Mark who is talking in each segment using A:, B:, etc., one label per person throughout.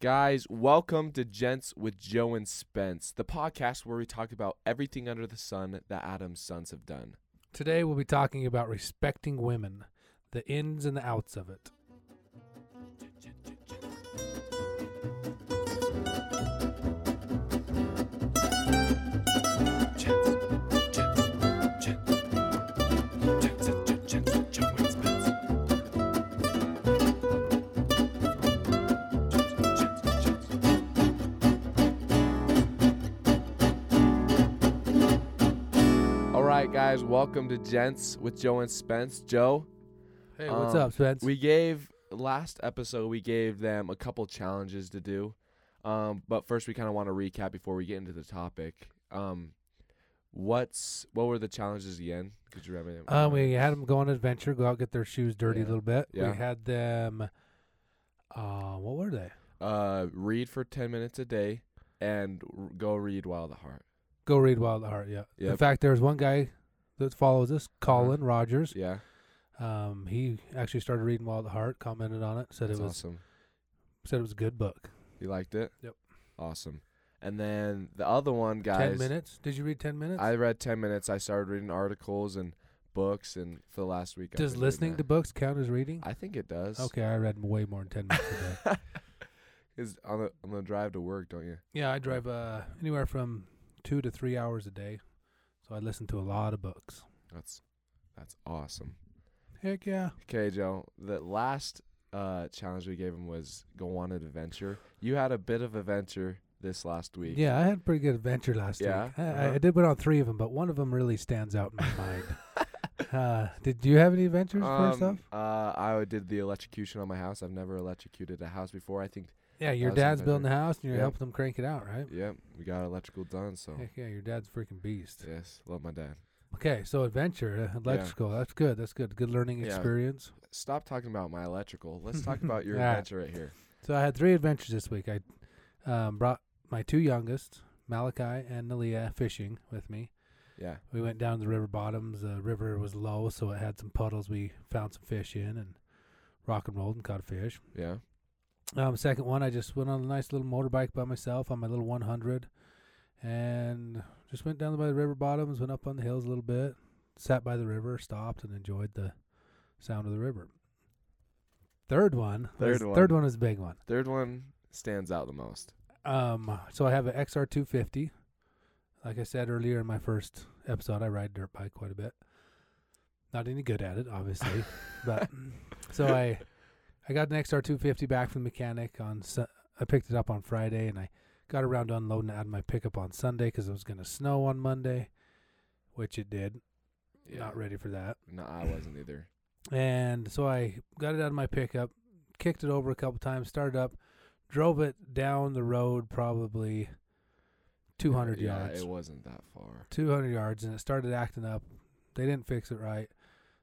A: Guys, welcome to Gents with Joe and Spence, the podcast where we talk about everything under the sun that Adam's sons have done.
B: Today we'll be talking about respecting women, the ins and the outs of it.
A: All right, guys, welcome to Gents with Joe and Spence. Joe,
B: Hey, what's
A: Um,
B: up, Spence?
A: we gave last episode we gave them a couple challenges to do, um, but first we kind of want to recap before we get into the topic. Um, what's what were the challenges again? Could you remember? them?
B: um, we had them go on an adventure, go out get their shoes dirty
A: Yeah.
B: a little bit.
A: Yeah.
B: We had them. Uh, what were they?
A: uh, read for ten minutes a day and r- go read Wild at Heart.
B: Go read Wild at Heart. Yeah. In
A: Yep. Uh-huh.
B: fact, there's one guy that follows us, Colin Rogers.
A: Yeah,
B: Um, he actually started reading Wild at Heart, commented on it, said
A: that's
B: it was
A: awesome.
B: said it was a good book.
A: You liked it?
B: Yep.
A: Awesome. And then the other one, guys.
B: ten minutes? Did you read ten minutes?
A: I read ten minutes. I started reading articles and books, and for the last week, I've
B: Does
A: been doing
B: listening to
A: that.
B: books count as reading?
A: I think it does.
B: okay, I read way more than ten minutes a day.
A: Is on the on the drive to work, don't you?
B: Yeah, I drive uh, anywhere from two to three hours a day, so I listen to a lot of books.
A: That's that's awesome.
B: Heck yeah!
A: Okay, Joe. The last uh, challenge we gave him was go on an adventure. You had a bit of adventure this last week.
B: Yeah, I had a pretty good adventure last
A: Yeah,
B: week. I, I-
A: uh-huh.
B: I did put on three of them, but one of them really stands out in my mind. Uh, did you have any adventures first off?
A: Um, uh, I did the electrocution on my house. I've never electrocuted a house before. I think.
B: Yeah,
A: that was
B: your
A: an
B: dad's building the house, and you're
A: Yeah.
B: helping them crank it out, right?
A: Yep, we got electrical done. So
B: Heck yeah, your dad's a freaking beast.
A: yes, love my dad.
B: Okay, so adventure, uh, electrical. That's good. That's good. Good learning
A: Yeah.
B: experience.
A: Stop talking about my electrical. Let's talk about your
B: All right.
A: adventure right here.
B: So I had three adventures this week. I um, brought my two youngest, Malachi and Nalia, fishing with me.
A: Yeah.
B: We went down to the river bottoms. The river was low, so it had some puddles. We found some fish in and rock and rolled and caught a fish.
A: Yeah.
B: Um, second one, I just went on a nice little motorbike by myself on my little 100 and just went down by the river bottoms, went up on the hills a little bit, sat by the river, stopped, and enjoyed the sound of the river. Third one,
A: Third
B: was-
A: one.
B: third one is a big one.
A: Third one stands out the most.
B: Um, so I have an XR250. Like I said earlier in my first episode, I ride dirt bike quite a bit. Not any good at it, obviously, but so I, I got an XR250 back from the mechanic on. Su- I picked it up on Friday, and I got around to unloading it out of my pickup on Sunday because it was going to snow on Monday, which it did.
A: Yeah.
B: Not ready for that.
A: No, I wasn't either.
B: And so I got it out of my pickup, kicked it over a couple times, started up, drove it down the road probably 200
A: yeah,
B: yards.
A: it wasn't that far.
B: 200 yards, and it started acting up. They didn't fix it right.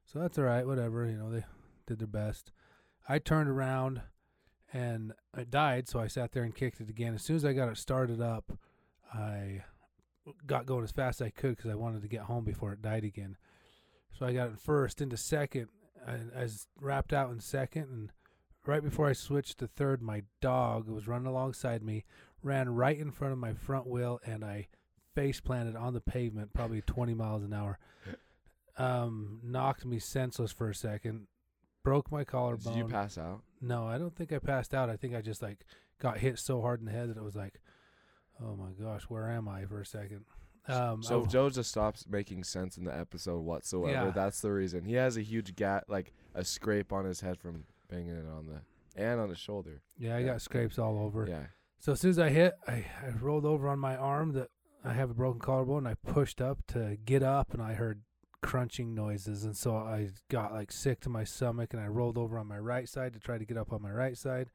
B: So that's all right, whatever. You know, they did their best. I turned around and it died, so I sat there and kicked it again. As soon as I got it started up, I got going as fast as I could because I wanted to get home before it died again. So I got it first into second. I, I was wrapped out in second, and right before I switched to third, my dog was running alongside me, ran right in front of my front wheel, and I face planted on the pavement, probably 20 miles an hour. Um, knocked me senseless for a second, broke my collarbone.
A: Did you pass out?
B: No, I don't think I passed out. I think I just like got hit so hard in the head that it was like, oh my gosh, where am I for a second? Um,
A: So
B: I-
A: Joe just stops making sense in the episode whatsoever.
B: Yeah.
A: That's the reason. He has a huge gat, like a scrape on his head from banging it on the and on his shoulder.
B: yeah, I
A: yeah.
B: got scrapes all over.
A: Yeah.
B: So as soon as I hit, I, I rolled over on my arm that I have a broken collarbone. I pushed up to get up, and I heard crunching noises, and so I got like sick to my stomach, and I rolled over on my right side to try to get up on my right side.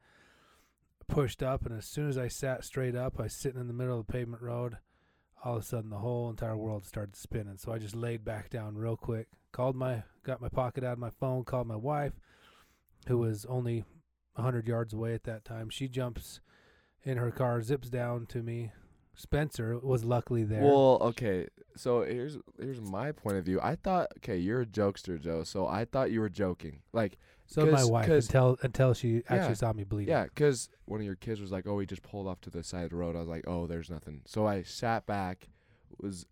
B: Pushed up, and as soon as I sat straight up, I was sitting in the middle of the pavement road. All of a sudden, the whole entire world started spinning. So I just laid back down real quick. Called my, got my pocket out of my phone. Called my wife, who was only hundred yards away at that time. She jumps in her car, zips down to me. Spencer was luckily there.
A: Well, okay. So here's here's my point of view. I thought, okay, you're a jokester, Joe. So I thought you were joking. Like
B: So did my
A: 'Cause-
B: wife
A: 'cause-
B: until until she actually
A: Yeah.
B: saw me bleeding.
A: Yeah, because one of your kids was like, "Oh, he just pulled off to the side of the road." I was like, "Oh, there's nothing." So I sat back, was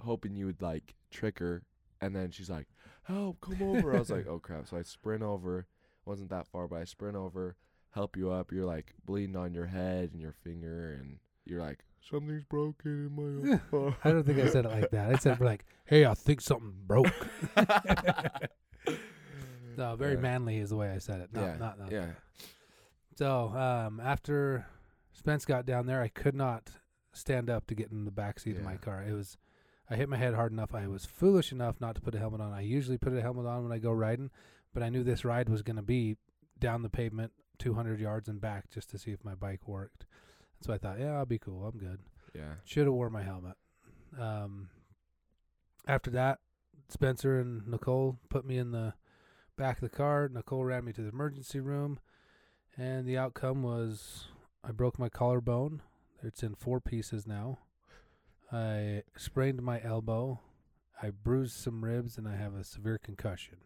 A: hoping you would like trick her, and then she's like, "Help, come over!" I was like, "Oh crap!" So I sprint over. wasn't that far, but I sprint over, help you up. You're like bleeding on your head and your finger, and you're like, "Something's broken in my arm."
B: I don't think I said it like that. I said like, "Hey, I think something broke." no, very
A: Yeah.
B: manly is the way I said it. Not,
A: yeah,
B: not, not.
A: yeah.
B: So um, after Spence got down there, I could not stand up to get in the back seat of my
A: Yeah.
B: car. It was I hit my head hard enough. I was foolish enough not to put a helmet on. I usually put a helmet on when I go riding, but I knew this ride was going to be down the pavement 200 yards and back just to see if my bike worked. So I thought, yeah, I'll be cool. I'm good.
A: yeah.
B: Should have wore my helmet. Um, after that, Spencer and Nicole put me in the back of the car. Nicole ran me to the emergency room, and the outcome was I broke my collarbone. It's in four pieces now. I sprained my elbow. I bruised some ribs, and I have a severe concussion.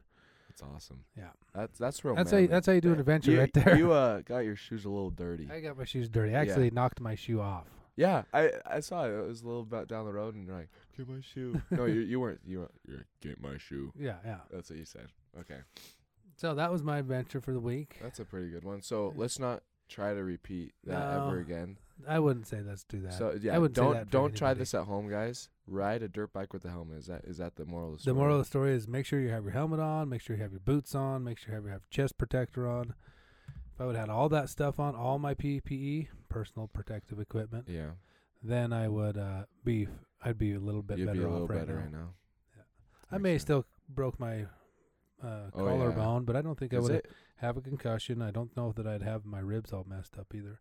A: That's awesome.
B: Yeah.
A: That's that's real.
B: That's how you,
A: manly.
B: that's how you do an adventure
A: You-
B: right there.
A: You uh, got your shoes a little dirty.
B: I got my shoes dirty. I actually knocked my shoe off.
A: Yeah, I I saw it. It was a little bit down the road, and you're like, "Get my shoe." no, you you weren't. You were you're like, get my shoe.
B: Yeah, yeah.
A: That's what you said. Okay,
B: So that was my adventure for the week.
A: that's a pretty good one. So let's not try to repeat that ever
B: No.
A: again.
B: I wouldn't say let's do that.
A: So yeah,
B: I wouldn't say
A: don't
B: that for
A: don't try
B: anybody.
A: this at home, guys. Ride a dirt bike with a helmet. Is that is that the moral of the
B: The
A: story?
B: moral of the story is make sure you have your helmet on, make sure you have your boots on, make sure you have your have chest protector on. If I would have had all that stuff on, all my PPE, personal protective equipment,
A: yeah,
B: then I would uh, be I'd be a little bit
A: you'd
B: better
A: be a
B: off
A: little
B: right
A: better
B: now.
A: right now.
B: Yeah.
A: That
B: I
A: makes
B: may
A: sense.
B: still broke my uh,
A: Oh, yeah.
B: collarbone, but I don't think I
A: Is
B: would
A: it-
B: have a concussion. I don't know that I'd have my ribs all messed up either.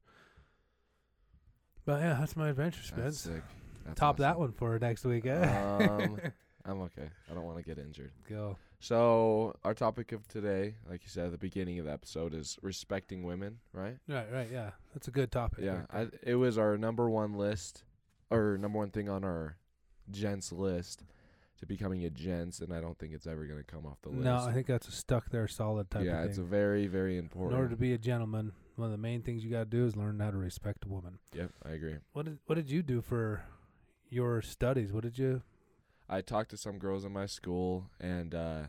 B: But yeah, that's my adventure,
A: That's
B: Spence.
A: sick. That's
B: Top that
A: awesome.
B: one for next week, eh?
A: Um, I'm okay. I don't want to get injured.
B: Go.
A: So our topic of today, like you said at the beginning of the episode, is respecting women, right?
B: Right, right, yeah. That's a good topic.
A: Yeah,
B: right
A: I, it was our number one list, or number one thing on our gents list to becoming a gents, and I don't think it's ever gonna come off the list.
B: No, I think that's a stuck there solid type
A: yeah,
B: of
A: it's a
B: thing.
A: very, very
B: In
A: important.
B: order to be a gentleman, one of the main things you got to do is learn how to respect a woman.
A: yep, I agree.
B: What did What did you do for your studies? What did you?
A: I talked to some girls in my school, and uh,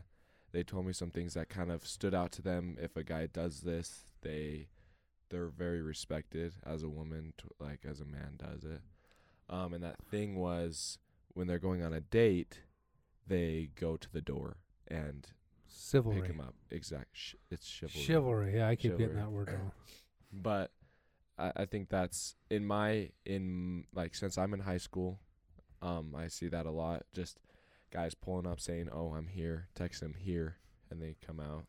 A: they told me some things that kind of stood out to them. If a guy does this, they they're very respected as a woman, t- like as a man does it. Um, and that thing was when they're going on a date, they go to the door and
B: Chivalry.
A: pick him up. Exact. Sh- it's chivalry.
B: Chivalry. Yeah, I keep getting
A: Chivalry.
B: that word wrong.
A: But I, I think that's in my in like since I'm in high school, um, I see that a lot. Just guys pulling up saying, "Oh, I'm here," text them here, and they come out.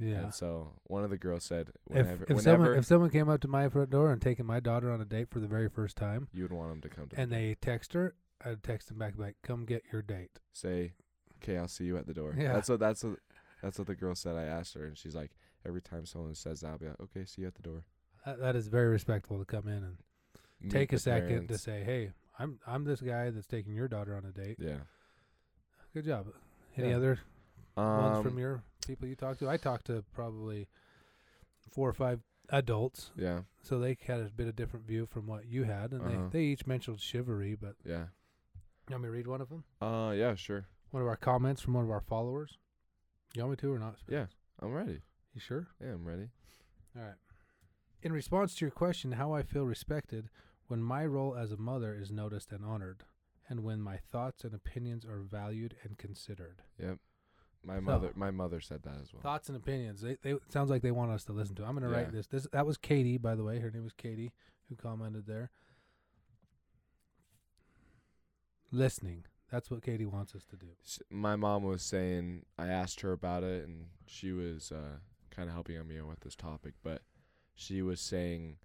B: Yeah.
A: And so one of the girls said,
B: If,
A: "Whenever,
B: if
A: whenever
B: someone if someone came up to my front door and taken my daughter on a date for the very first time,
A: you would want them to come to, the
B: and
A: door.
B: they text her, I'd text them back like, "Come get your date."
A: say, "Okay, I'll see you at the door."
B: Yeah.
A: That's what that's what that's what the girl said. I asked her, and she's like, "Every time someone says that, I'll be like, okay, see you at the door."
B: That, that is very respectful to come in and
A: Meet
B: take a
A: the
B: second to
A: parents.
B: say, "Hey, I'm I'm this guy that's taking your daughter on a date."
A: Yeah.
B: Good job. Any
A: Yeah.
B: other ones
A: Um,
B: from your people you talked to? I talked to probably four or five adults,
A: yeah.
B: so they had a bit of different view from what you had, and
A: Uh-huh.
B: they, they each mentioned chivalry. But
A: Yeah.
B: you want me to read one of them?
A: Uh. Yeah. Sure.
B: One of our comments from one of our followers. You want me to or not?
A: Yeah. I'm ready.
B: You sure?
A: Yeah, I'm ready.
B: All right. In response to your question, how I feel respected when my role as a mother is noticed and honored, and when my thoughts and opinions are valued and considered.
A: My
B: So-
A: mother, my mother said that as well.
B: Thoughts and opinions. They, they it sounds like they want us to listen to. I'm gonna
A: Yeah.
B: write this. This that was Katie, by the way. Her name was Katie, who commented there. Listening. That's what Katie wants us to do.
A: S- My mom was saying I asked her about it, and she was uh, kind of helping me with this topic. But she was saying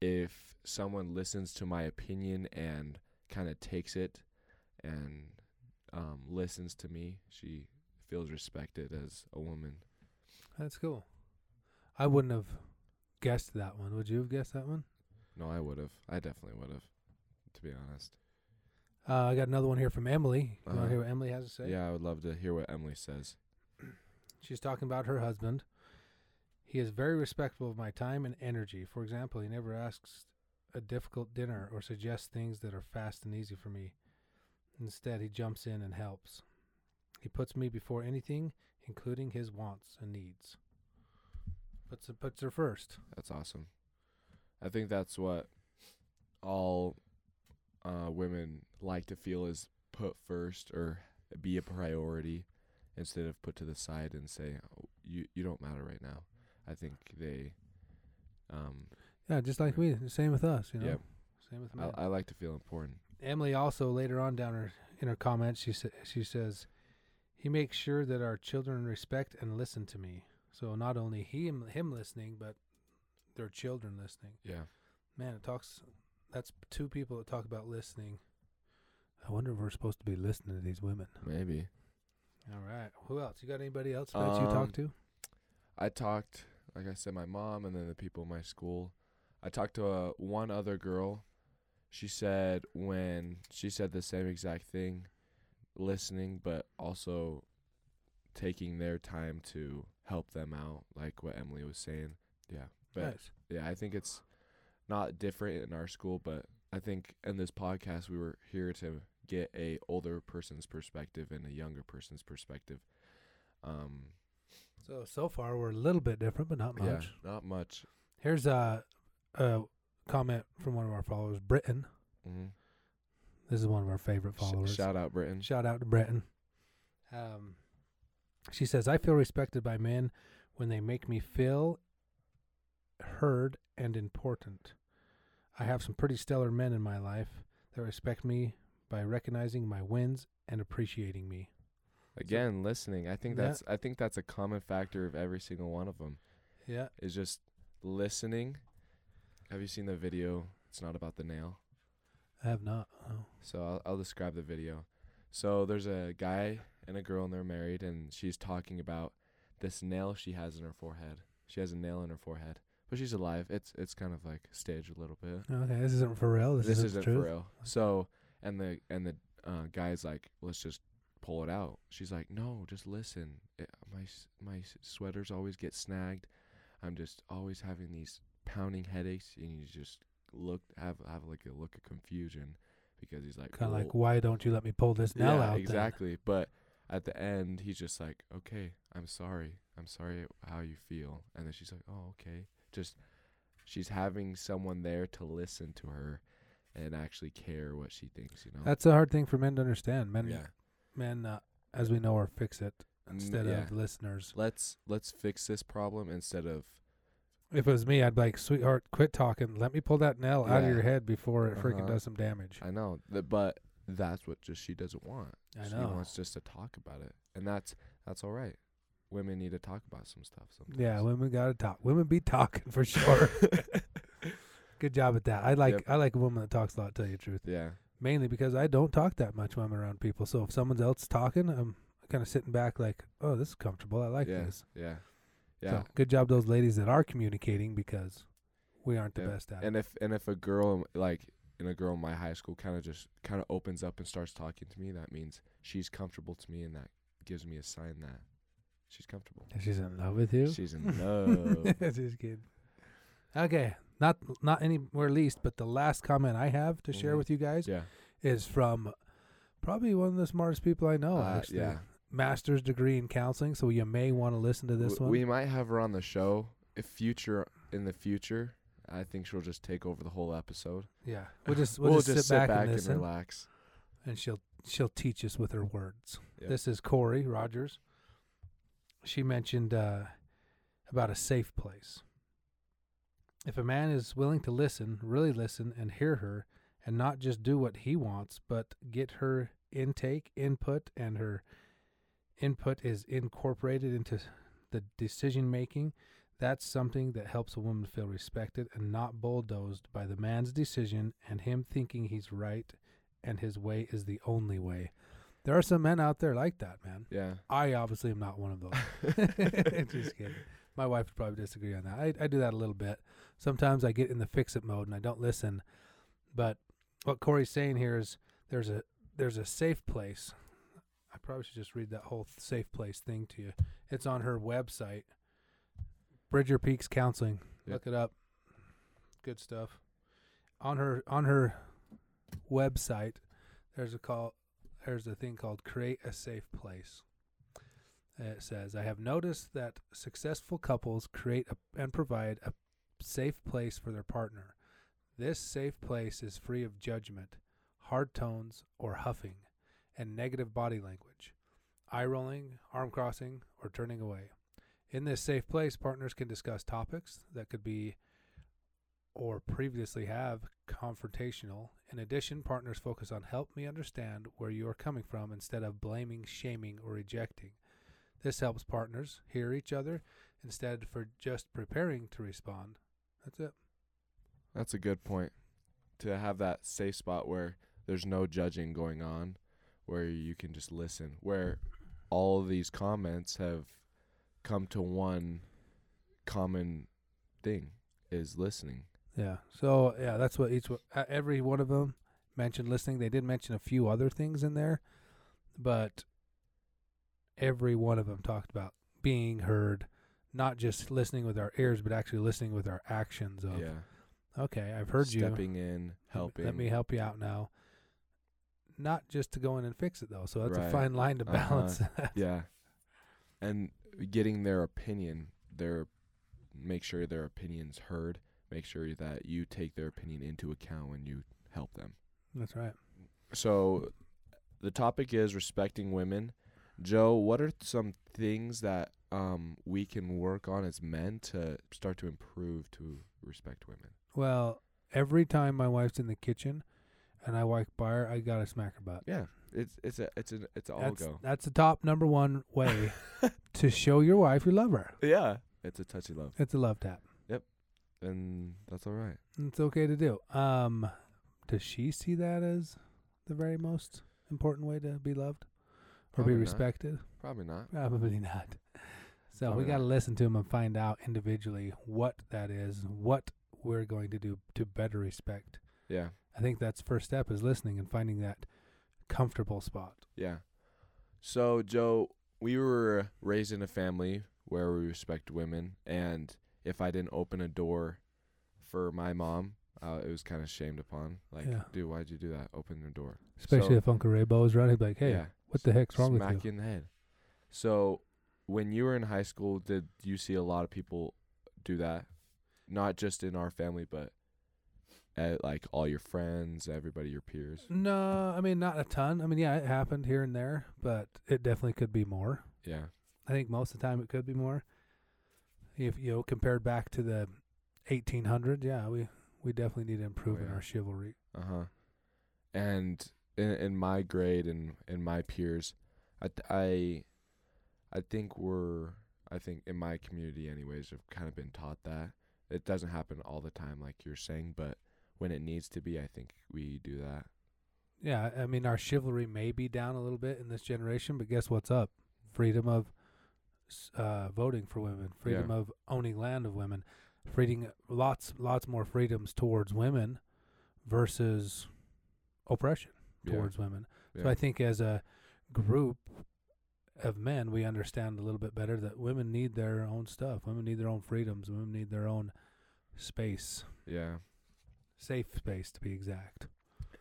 A: if someone listens to my opinion and kind of takes it and um, listens to me, she feels respected as a woman.
B: That's cool. I wouldn't have guessed that one. Would you have guessed that one?
A: No, I would have. I definitely would have. To be honest.
B: Uh, I got another one here from Emily. You
A: Uh-huh.
B: want to hear what Emily has to say?
A: Yeah, I would love to hear what Emily says.
B: She's talking about her husband He is very respectful of my time and energy. For example, he never asks a difficult dinner or suggests things that are fast and easy for me. Instead, he jumps in and helps. He puts me before anything, including his wants and needs. Puts puts her first.
A: That's awesome. I think that's what all uh, women like to feel is put first or be a priority instead of put to the side and say "Oh, you you don't matter right now. I think they um
B: Yeah, just like we. The same with us, you know.
A: Yep.
B: Same with me.
A: I, I like to feel important.
B: Emily also later on down her in her comments she sa- she says he makes sure that our children respect and listen to me. So not only him him listening, but their children listening.
A: Yeah.
B: Man, it talks. That's two people that talk about listening. I wonder if we're supposed to be listening to these women.
A: Maybe.
B: All right. Who else? You got anybody else that you talk
A: Um,
B: to?
A: I talked, like I said, my mom and then the people in my school. I talked to uh, one other girl. She said when she said the same exact thing, listening, but also taking their time to help them out, like what Emily was saying. Yeah, but
B: Nice.
A: yeah, I think it's not different in our school, but I think in this podcast we were here to get a older person's perspective and a younger person's perspective. Um,
B: So so far we're a little bit different, but not much.
A: yeah, not much.
B: Here's a, a comment from one of our followers, Britton.
A: Mm-hmm.
B: This is one of our favorite
A: Sh-
B: followers.
A: Shout out Britain.
B: Shout out to Breton. Um, she says, I feel respected by men when they make me feel heard and important. I have some pretty stellar men in my life that respect me by recognizing my wins and appreciating me.
A: Again, listening. I think
B: Yeah.
A: that's I think that's a common factor of every single one of them
B: Yeah.
A: is just listening. Have you seen the video? It's not about the nail.
B: I have not. Oh.
A: So I'll, I'll describe the video. So there's a guy and a girl and they're married and she's talking about this nail she has in her forehead. She has a nail in her forehead, but she's alive. It's it's kind of like staged a little bit.
B: Okay, this isn't for real. Oh, This,
A: this
B: isn't,
A: isn't
B: the
A: for
B: truth.
A: real. So and the and the uh, guy's like, let's just pull it out. She's like, no, just listen. It, my s- my s- sweaters always get snagged. I'm just always having these pounding headaches, and you just look have have like a look of confusion because he's like,
B: Kind of like,
A: "Well,
B: why don't you let me pull this nail
A: yeah,
B: out? then?"
A: exactly. But at the end, he's just like, okay, I'm sorry. I'm sorry how you feel. And then she's like, oh, okay. Just she's having someone there to listen to her and actually care what she thinks, you know?
B: That's a hard thing for men to understand. Men,
A: yeah.
B: men, uh, as we know, are fix it
A: Mm,
B: instead
A: yeah.
B: of listeners.
A: Let's let's fix this problem instead of
B: If it was me, I'd be like, sweetheart, quit talking. Let me pull that nail out of
A: Yeah.
B: your head before it freaking
A: Uh-huh.
B: does some damage.
A: I know, th- but that's what just she doesn't want.
B: I
A: she
B: know.
A: wants just to talk about it, and that's that's all right. Women need to talk about some stuff sometimes.
B: Yeah, women gotta talk. Women be talking for sure. Good job at that. I like
A: Yep.
B: I like a woman that talks a lot. To tell you the truth,
A: yeah.
B: mainly because I don't talk that much when I'm around people. So if someone else talking, I'm kind of sitting back like, oh, this is comfortable. I like
A: yeah.
B: this.
A: Yeah. Yeah.
B: So good job, to those ladies that are communicating because we aren't the
A: Yeah.
B: best at it.
A: and if and if a girl like and a girl in my high school kind of just kind of opens up and starts talking to me that means she's comfortable to me and that gives me a sign that she's comfortable
B: And She's in love with you.
A: she's in love
B: Just kidding. Okay, not not anywhere least, but the last comment I have to share
A: Mhm.
B: with you guys
A: yeah
B: is from probably one of the smartest people I know.
A: Uh,
B: Oh, actually,
A: yeah
B: master's degree in counseling, so you may want to listen to this
A: W-
B: one.
A: we might have her on the show if future in the future i think she'll just take over the whole episode
B: yeah, we'll just we'll, just, sit, back, and listen, and,
A: relax
B: she'll she'll teach us with her words.
A: Yep.
B: This is Corey Rogers. She mentioned uh, about a safe place. If a man is willing to listen, really listen, and hear her, and not just do what he wants, but get her intake, input, and her input is incorporated into the decision making, that's something that helps a woman feel respected and not bulldozed by the man's decision and him thinking he's right and his way is the only way. There are some men out there like that, man.
A: yeah
B: I obviously am not one of those. Just kidding. My wife would probably disagree on that. I, I do that a little bit. Sometimes I get in the fix it mode and I don't listen. But what Corey's saying here is there's a there's a safe place. I probably should just read that whole safe place thing to you. It's on her website, Bridger Peaks Counseling.
A: Yep.
B: Look it up. Good stuff. On her on her website, there's a call there's a thing called create a safe place. And It uh, says, I have noticed that successful couples create a, and provide a safe place for their partner. This safe place is free of judgment, hard tones, or huffing, and negative body language, eye rolling, arm crossing, or turning away. In this safe place, partners can discuss topics that could be or previously have confrontational. In addition, partners focus on help me understand where you are coming from instead of blaming, shaming, or rejecting. This helps partners hear each other instead for just preparing to respond. That's it.
A: That's a good point. To have that safe spot where there's no judging going on, where you can just listen, where all of these comments have come to one common thing is listening.
B: Yeah. So yeah, that's what each one- uh, every one of them mentioned listening. They did mention a few other things in there, but every one of them talked about being heard, not just listening with our ears, but actually listening with our actions. Of
A: yeah.
B: okay, I've heard you. Let me-
A: Stepping in, helping.
B: Let me help you out now. Not just to go in and fix it though. So that's a
A: Right.
B: fine line to
A: Uh-huh.
B: balance.
A: Yeah. And getting their opinion, their make sure their opinion's heard, make sure that you take their opinion into account when you help them.
B: that's right.
A: So the topic is respecting women. Joe, what are some things that um, we can work on as men to start to improve to respect women?
B: Well, every time my wife's in the kitchen and I walk by her, I gotta smack her butt.
A: Yeah, it's it's a it's an it's an all
B: that's,
A: go.
B: That's the top number one way to show your wife you love her.
A: Yeah, it's a touchy love,
B: It's a love tap.
A: and that's all right.
B: It's okay to do. Um, does she see that as the very most important way to be loved or
A: Probably
B: be
A: not.
B: respected?
A: Probably not.
B: Probably not. So
A: Probably
B: we got to listen to them and find out individually what that is, what we're going to do to better respect.
A: Yeah,
B: I think that's first step is listening and finding that comfortable spot.
A: yeah. So Joe, we were raised in a family where we respect women, and if I didn't open a door for my mom, uh, it was kind of shamed upon. Like,
B: Yeah.
A: dude, why'd you do that? Open the door.
B: Especially
A: So-
B: if Uncle Ray Bo is running, he'd be like, hey,
A: yeah.
B: what the heck's wrong
A: smack
B: with you?
A: in the head. So, when you were in high school, did you see a lot of people do that? Not just in our family, but at like all your friends, everybody, your peers.
B: No, I mean not a ton. I mean, yeah, it happened here and there, but it definitely could be more.
A: Yeah,
B: I think most of the time it could be more. If you know, compared back to the 1800s, yeah, we we definitely need to improve in
A: Oh, yeah.
B: our chivalry.
A: uh huh. And in, in my grade and in my peers, I th- I I think we're I think in my community, anyways, have kind of been taught that it doesn't happen all the time, like you're saying, but when it needs to be, I think we do that.
B: Yeah, I mean our chivalry may be down a little bit in this generation, but guess what's up? Freedom of s- uh, voting for women, freedom of owning land of women, freedom lots lots more freedoms towards women versus oppression
A: Yeah.
B: towards women. So
A: Yeah.
B: I think as a group of men, we understand a little bit better that women need their own stuff. Women need their own freedoms. Women need their own space,
A: Yeah.
B: safe space to be exact.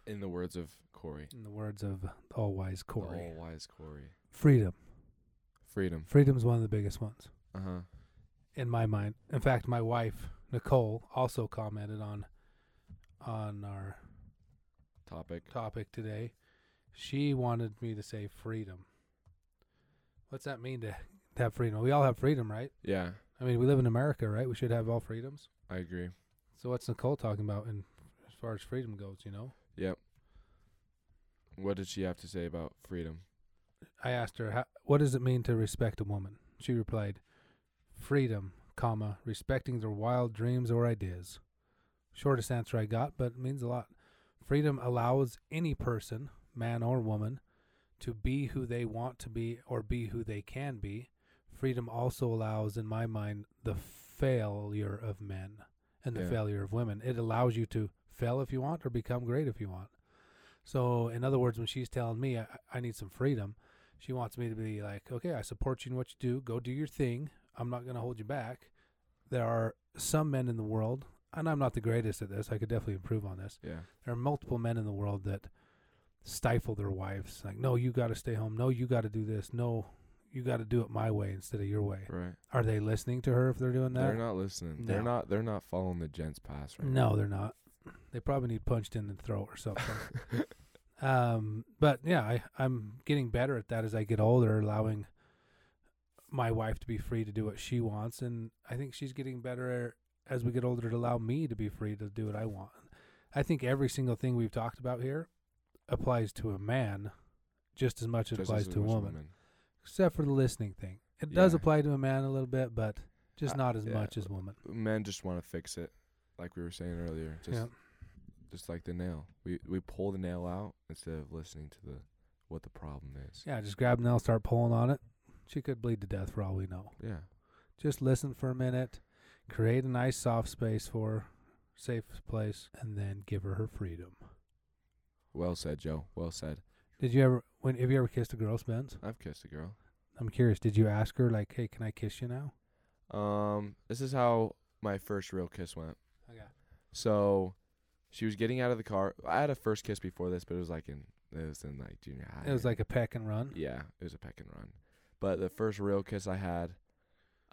A: In the words of Corey.
B: In the words of the all wise Corey,
A: All wise Corey.
B: freedom.
A: Freedom.
B: Freedom's one of the biggest ones
A: Uh huh.
B: in my mind. In fact, my wife Nicole also commented on on our
A: Topic.
B: topic today. She wanted me to say freedom. What's that mean to to have freedom? We all have freedom, right?
A: Yeah,
B: I mean, we live in America, right? We should have all freedoms.
A: I agree.
B: So what's Nicole talking about in as far as freedom goes, you know?
A: What did she have to say about freedom?
B: I asked her, How, "What does it mean to respect a woman?" She replied, "Freedom, comma, respecting their wild dreams or ideas." Shortest answer I got, but it means a lot. Freedom allows any person, man or woman, to be who they want to be or be who they can be. Freedom also allows, in my mind, the failure of men and the
A: Yeah.
B: failure of women. It allows you to fail if you want or become great if you want. So, in other words, when she's telling me I, I need some freedom, she wants me to be like, okay, I support you in what you do. Go do your thing. I'm not going to hold you back. there are some men in the world, and I'm not the greatest at this. I could definitely improve on this.
A: Yeah.
B: There are multiple men in the world that stifle their wives. Like, no, you got to stay home. No, you got to do this. No, you got to do it my way instead of your way.
A: Right.
B: Are they listening to her if they're doing that?
A: They're not listening. They're
B: No.
A: not. They're not following the gents' pass right
B: No, they're not. They probably need punched in the throat or something. um, but yeah, I, I'm getting better at that as I get older, allowing my wife to be free to do what she wants, and I think she's getting better as we get older to allow me to be free to do what I want. I think every single thing we've talked about here applies to a man just as much as it
A: Just
B: applies
A: as
B: to a
A: much
B: woman, except for the listening thing. It does
A: Yeah.
B: apply to a man a little bit, but just
A: Uh,
B: not as
A: yeah.
B: much as woman.
A: Men just want to fix it, like we were saying earlier. Just,
B: yeah.
A: just like the nail. We we pull the nail out instead of listening to the what the problem is.
B: Yeah, just grab Nell, start pulling on it. She could bleed to death for all we know.
A: Yeah.
B: Just listen for a minute, create a nice soft space for her, safe place, and then give her her freedom.
A: Well said, Joe. Well said.
B: Did you ever? When have you ever kissed a girl, Spence?
A: I've kissed a girl.
B: I'm curious. Did you ask her like, "Hey, can I kiss you now?"
A: Um, this is how my first real kiss went.
B: Okay.
A: So, she was getting out of the car. I had a first kiss before this, but it was like in it was in like junior high.
B: It was like a peck and run.
A: Yeah, it was a peck and run. But the first real kiss I had,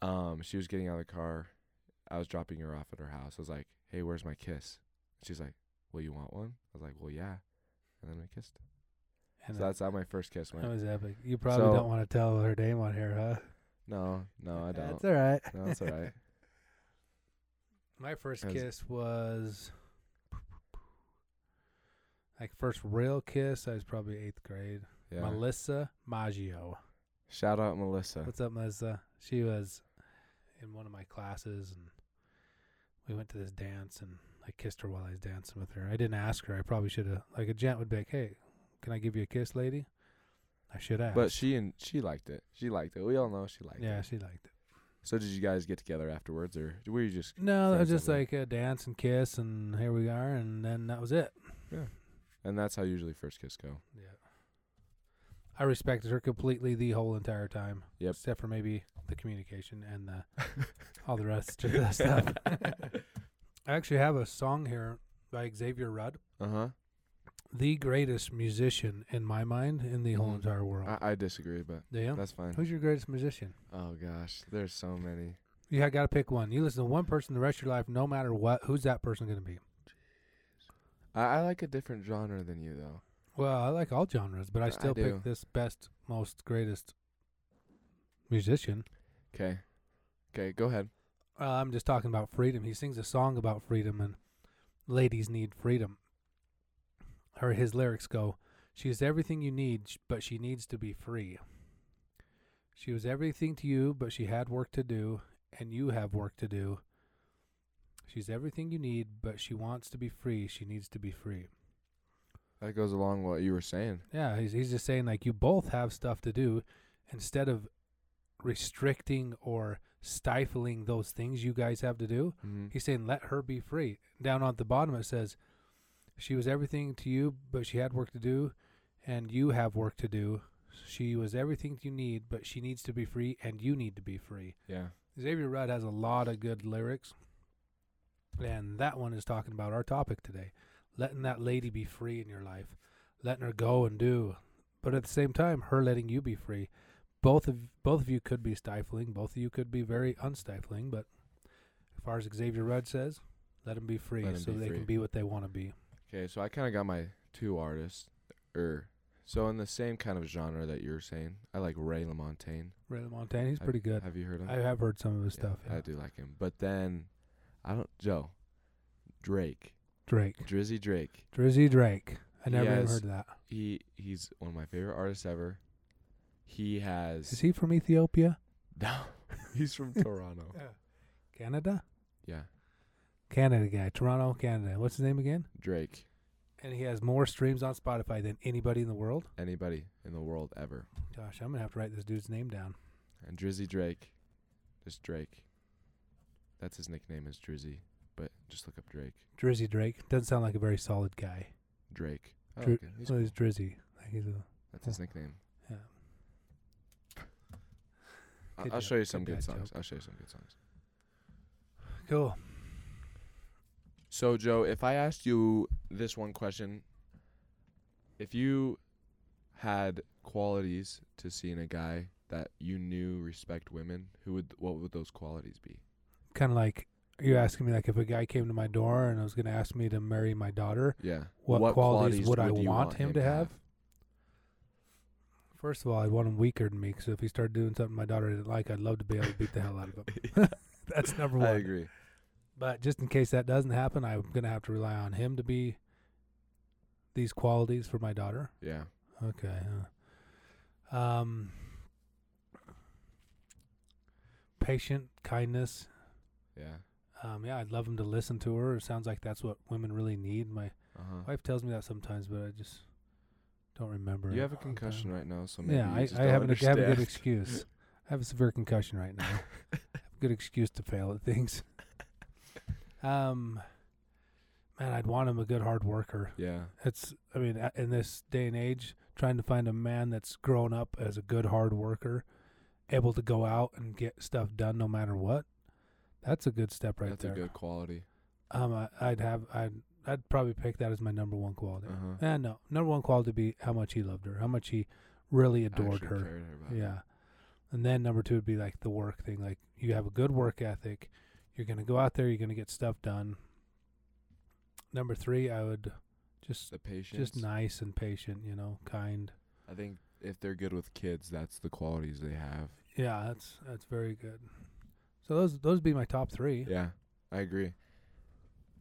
A: um, she was getting out of the car. I was dropping her off at her house. I was like, "Hey, where's my kiss?" She's like, "Well, you want one?" I was like, "Well, yeah." And then we kissed.
B: And
A: so that's how my first kiss
B: that
A: went.
B: was epic. You probably
A: So-
B: don't want to tell her name on here, huh?
A: No, no, I
B: That's
A: don't.
B: all right.
A: No, it's all right.
B: My first
A: As-
B: kiss was like first real kiss. I was probably eighth grade.
A: Yeah.
B: Melissa Maggio.
A: Shout out Melissa.
B: What's up, Melissa? She was in one of my classes, and we went to this dance, and I kissed her while I was dancing with her. I didn't ask her. I probably should have. Like a gent would be like, "Hey, can I give you a kiss, lady?" I should ask.
A: But she and she liked it. She liked it. We all know she liked
B: yeah,
A: it.
B: she liked it.
A: So did you guys get together afterwards, or were you just
B: No, it was
A: Friends
B: just
A: only.
B: like a dance and kiss, and here we are, and then that was it.
A: And that's how usually first kiss go.
B: Yeah. I respected her completely the whole entire time.
A: Yep.
B: Except for maybe the communication and the all the rest of the stuff. I actually have a song here by Xavier Rudd,
A: Uh huh.
B: the greatest musician in my mind in the whole
A: Mhm.
B: entire world.
A: I, I disagree, but
B: Do you?
A: that's fine.
B: Who's your greatest musician?
A: Oh gosh, there's so many.
B: You ha- gotta pick one. You listen to one person the rest of your life, no matter what. Who's that person gonna be?
A: I, I like a different genre than you though.
B: Well, I like all genres, but I
A: I
B: still
A: do.
B: pick this best, most greatest musician.
A: Okay, okay, go ahead.
B: Uh, I'm just talking about freedom. He sings a song about freedom and ladies need freedom. Her his lyrics go, "She is everything you need, sh- but she needs to be free. She was everything to you, but she had work to do, and you have work to do. She's everything you need, but she wants to be free. She needs to be free."
A: That goes along what you were saying.
B: Yeah, he's he's just saying like you both have stuff to do instead of restricting or stifling those things you guys have to do.
A: Mm-hmm.
B: He's saying, let her be free. Down at the bottom, it says, she was everything to you, but she had work to do, and you have work to do. She was everything you need, but she needs to be free, and you need to be free.
A: Yeah,
B: Xavier Rudd has a lot of good lyrics, and that one is talking about our topic today letting that lady be free in your life, letting her go and do, but at the same time, her letting you be free. Both of both of you could be stifling. Both of you could be very unstifling. But as far as Xavier Rudd says, let them be free,
A: Let 'em
B: so
A: be
B: they
A: free.
B: can be what they want to be.
A: Okay, so I kind of got my two artists, er, so in the same kind of genre that you were saying. I like Ray LaMontagne.
B: Ray LaMontagne, he's
A: Have-
B: pretty good.
A: Have you heard him?
B: I have heard some of his
A: Yeah,
B: stuff. Yeah.
A: I do like him, but then I don't. Joe, Drake,
B: Drake,
A: Drizzy Drake.
B: Drizzy Drake. I never even
A: Yes.
B: heard that.
A: He he's one of my favorite artists ever. He has
B: Is he from Ethiopia?
A: no. he's from Toronto.
B: Canada,
A: Yeah,
B: Canada guy, Toronto, Canada. What's his name again?
A: Drake.
B: And he has more streams on Spotify than anybody in the world.
A: Anybody in the world ever.
B: Gosh, I'm gonna have to write this dude's name down.
A: And Drizzy Drake, just Drake. That's his nickname is Drizzy, but just look up Drake.
B: Drizzy Drake doesn't sound like a very solid guy.
A: Drake. I
B: Dri-
A: like it. He's
B: well, he's
A: cool.
B: Drizzy. Like he's a,
A: That's his nickname.
B: yeah.
A: I-
B: Good
A: I'll
B: job.
A: show you some
B: Good
A: good
B: dad
A: songs.
B: joke.
A: I'll show you some good songs.
B: Cool.
A: So, Joe, if I asked you this one question, if you had qualities to see in a guy that you knew respect women, who would what would those qualities be?
B: Kind of like are you asking me like if a guy came to my door and was going to ask me to marry my daughter,
A: Yeah.
B: what, qualities, would I
A: you
B: want, him, to have? First of all, I'd want him weaker than me. So if he started doing something my daughter didn't like, I'd love to be able to beat the hell out of him. That's number
A: I
B: one.
A: agree.
B: But just in case that doesn't happen, I'm going to have to rely on him to be these qualities for my daughter.
A: Yeah.
B: Okay. Huh. Um, patient, kindness.
A: Yeah.
B: Um, yeah, I'd love him to listen to her. It sounds like that's what women really need. My
A: Uh huh.
B: wife tells me that sometimes, but I just don't remember.
A: You
B: it
A: have a
B: all the time.
A: concussion right now, so maybe
B: yeah,
A: you
B: I,
A: just
B: I
A: don't
B: have, an, I have a good
A: understand.
B: excuse. I have a severe concussion right now. I have a good excuse to fail at things. Um, man, I'd want him a good hard worker.
A: Yeah.
B: It's, I mean, a- in this day and age, trying to find a man that's grown up as a good hard worker, able to go out and get stuff done no matter what. That's a good step right
A: that's
B: there.
A: a good quality.
B: Um, I, I'd have I'd I'd probably pick that as my number one quality.
A: Uh huh.
B: And no, number one quality would be how much he loved her, how much he really adored her. Yeah, and then number two would be like the work thing. Like you have a good work ethic, you're gonna go out there, you're gonna get stuff done. Number three, I would just
A: The patience.
B: just nice and patient, you know, kind.
A: I think if they're good with kids, that's the qualities they have.
B: Yeah, that's that's very good. So those those would be my top three.
A: Yeah, I agree.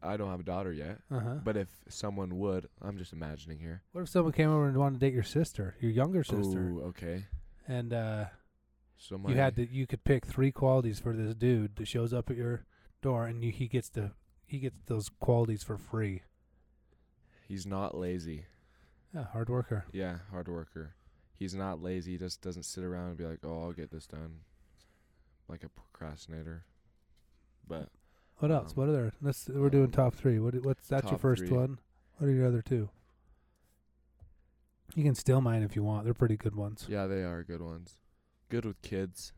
A: I don't have a daughter yet,
B: Uh huh.
A: but if someone would, I'm just imagining here.
B: What if someone came over and wanted to date your sister, your younger sister,
A: Ooh, okay.
B: and uh
A: So my
B: you had to you could pick three qualities for this dude that shows up at your door and you, he gets to he gets those qualities for free
A: he's not lazy.
B: yeah hard worker
A: Yeah, hard worker. He's not lazy. He just doesn't sit around and be like, "Oh, I'll get this done," like a procrastinator. But
B: what else
A: Um,
B: what other let's we're doing
A: um,
B: top three what what's that's your
A: top
B: first
A: three.
B: one what are your other two you can steal mine if you want they're pretty good ones
A: yeah, they are good ones. Good with kids.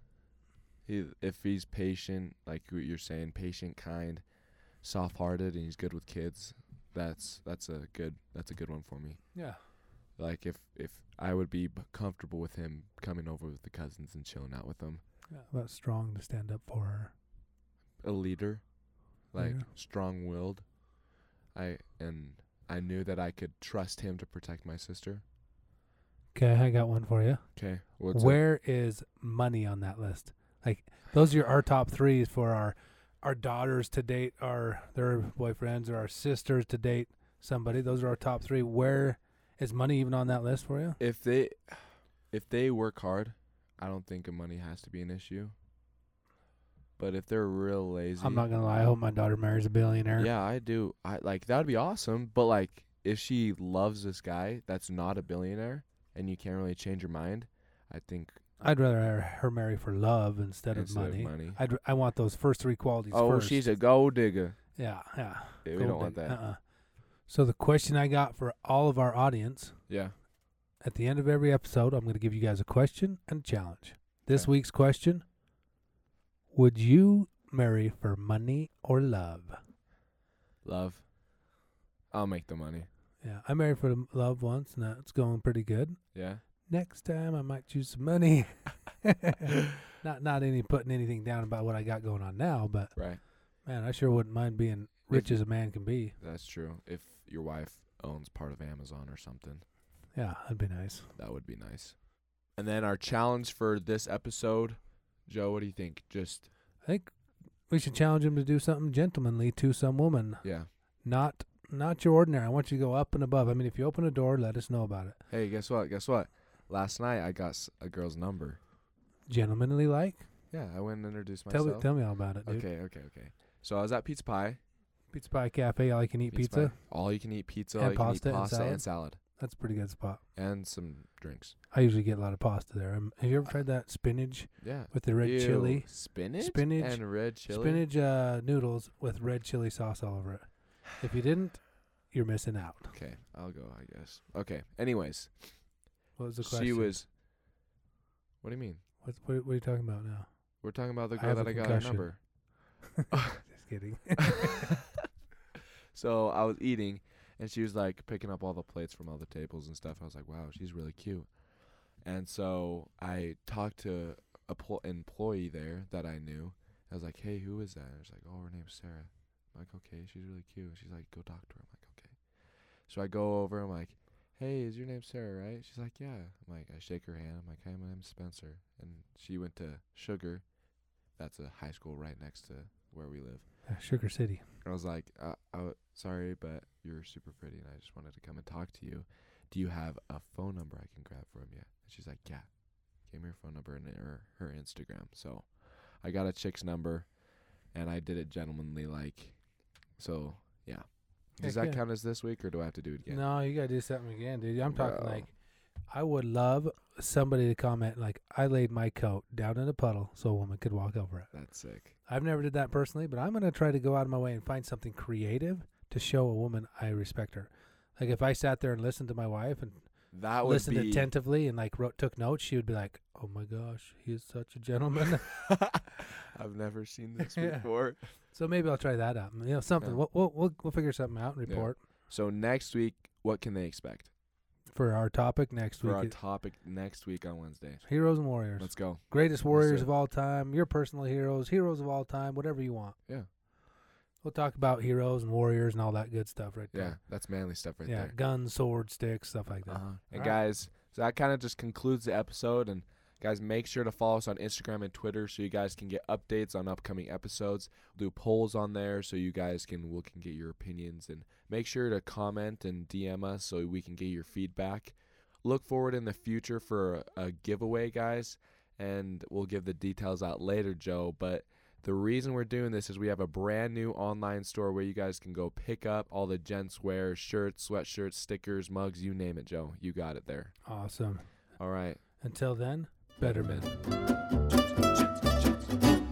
A: He if he's patient, like what you're saying, patient, kind, soft-hearted, and he's good with kids. That's that's a good that's a good one for me.
B: yeah
A: like if if I would be b- comfortable with him coming over with the cousins and chilling out with them.
B: about strong to stand up for her
A: A leader, like
B: Yeah.
A: strong-willed. I and I knew that I could trust him to protect my sister.
B: okay i got one for you
A: Okay,
B: Where is
A: what's up?
B: money on that list? Like those are our top threes for our our daughters to date our their boyfriends or our sisters to date somebody. Those are our top three. Where is money even on that list for you?
A: if they if they work hard, I don't think money has to be an issue. But if they're real lazy,
B: I'm not gonna lie. I hope my daughter marries a billionaire.
A: Yeah, I do. I like that'd be awesome. But like, if she loves this guy that's not a billionaire, and you can't really change your mind, I think
B: I'd rather her, her marry for love instead,
A: instead
B: of money. I'd, r- I want those first three qualities
A: Oh,
B: first.
A: she's a gold digger.
B: yeah, yeah.
A: Yeah, we
B: Gold
A: don't want
B: digger.
A: that.
B: Uh-uh. So the question I got for all of our audience
A: Yeah.
B: At the end of every episode, I'm going to give you guys a question and a challenge. This
A: Okay.
B: week's question Would you marry for money or love?
A: Love. I'll make the money.
B: Yeah, I married for the love once, and that's going pretty good.
A: Yeah.
B: Next time, I might choose some money. not not any putting anything down about what I got going on now, but
A: Right.
B: man, I sure wouldn't mind being rich as a man can be.
A: That's true. If your wife owns part of Amazon or something,
B: Yeah, that'd be nice.
A: that would be nice. And then our challenge for this episode, Joe, what do you think? Just
B: I think we should challenge him to do something gentlemanly to some woman,
A: yeah.
B: not not your ordinary. I want you to go up and above. I mean, if you open a door, let us know about it.
A: Hey, guess what? Guess what? Last night I got s- a girl's number.
B: gentlemanly like?
A: Yeah, I went and introduced
B: Tell
A: myself.
B: me, tell me all about it, dude.
A: okay, okay, okay. So I was at Pizza Pie.
B: Pizza Pie Cafe, all you can eat pizza.
A: Pie. All you can eat pizza,
B: And
A: all you can
B: pasta
A: eat
B: and
A: pasta
B: salad?
A: and salad.
B: That's a pretty good spot.
A: And some drinks.
B: I usually get a lot of pasta there. Um, have you ever tried that spinach
A: Yeah.
B: with the red
A: Ew,
B: chili?
A: Spinach?
B: Spinach-
A: And red chili.
B: Spinach uh, noodles with red chili sauce all over it. If you didn't, you're missing out.
A: Okay, I'll go, I guess. Okay. Anyways,
B: What was the question?
A: she was. What do you mean?
B: What, what, what are you talking about now?
A: We're talking about the
B: I
A: girl
B: have
A: that
B: a
A: I got her
B: concussion.
A: number.
B: Just kidding.
A: so I was eating, and she was like picking up all the plates from all the tables and stuff. I was like, wow, she's really cute. And so I talked to a pl- employee there that I knew. I was like, hey, who is that? And she's like, oh, her name's Sarah. I'm like, okay, she's really cute. She's like, go talk to her. I'm like, okay. So I go over. I'm like, hey, is your name Sarah, right? She's like, yeah. I'm like, I shake her hand. I'm like, hey, my name's Spencer. And she went to Sugar. That's a high school right next to where we live.
B: Uh, Sugar City.
A: I was like, uh, I w- sorry, but you're super pretty, and I just wanted to come and talk to you. Do you have a phone number I can grab from you? And she's like, yeah. Gave me her phone number and her, her Instagram. So I got a chick's number, and I did it gentlemanly like. So yeah, does
B: Heck
A: that
B: yeah.
A: count as this week, or do I have to do it again?
B: No, you gotta do something again, dude. I'm talking
A: Bro.
B: like, I would love somebody to comment like, I laid my coat down in a puddle so a woman could walk over it.
A: That's sick.
B: I've never did that personally, but I'm gonna try to go out of my way and find something creative to show a woman I respect her. Like if I sat there and listened to my wife and
A: That would
B: listened
A: be
B: attentively and like wrote took notes, she would be like, "Oh my gosh, he is such a gentleman."
A: I've never seen this
B: Yeah.
A: before.
B: so maybe I'll try that out. You know, something.
A: Yeah.
B: We'll, we'll we'll we'll figure something out and
A: Yeah.
B: report
A: So next week, what can they expect
B: for our topic next
A: for our
B: week.
A: topic next week on Wednesday?
B: Heroes and warriors.
A: Let's go.
B: greatest warriors
A: it.
B: of all time, your personal heroes, heroes of all time, whatever you want.
A: Yeah.
B: We'll talk about heroes and warriors and all that good stuff right
A: Yeah,
B: there.
A: that's manly stuff right
B: yeah,
A: there.
B: guns, swords, sticks, stuff like that.
A: Uh-huh. And
B: Alright.
A: guys, so that kind of just concludes the episode. And guys, make sure to follow us on Instagram and Twitter so you guys can get updates on upcoming episodes. We'll do polls on there so you guys can we can get your opinions and make sure to comment and DM us so we can get your feedback. Look forward in the future for a, a giveaway, guys, and we'll give the details out later, Joe. But the reason we're doing this is we have a brand new online store where you guys can go pick up all the gents wear shirts, sweatshirts, stickers, mugs, you name it, Joe. You got it there.
B: Awesome.
A: All right.
B: Until then, better men.
A: Gents, gents, gents.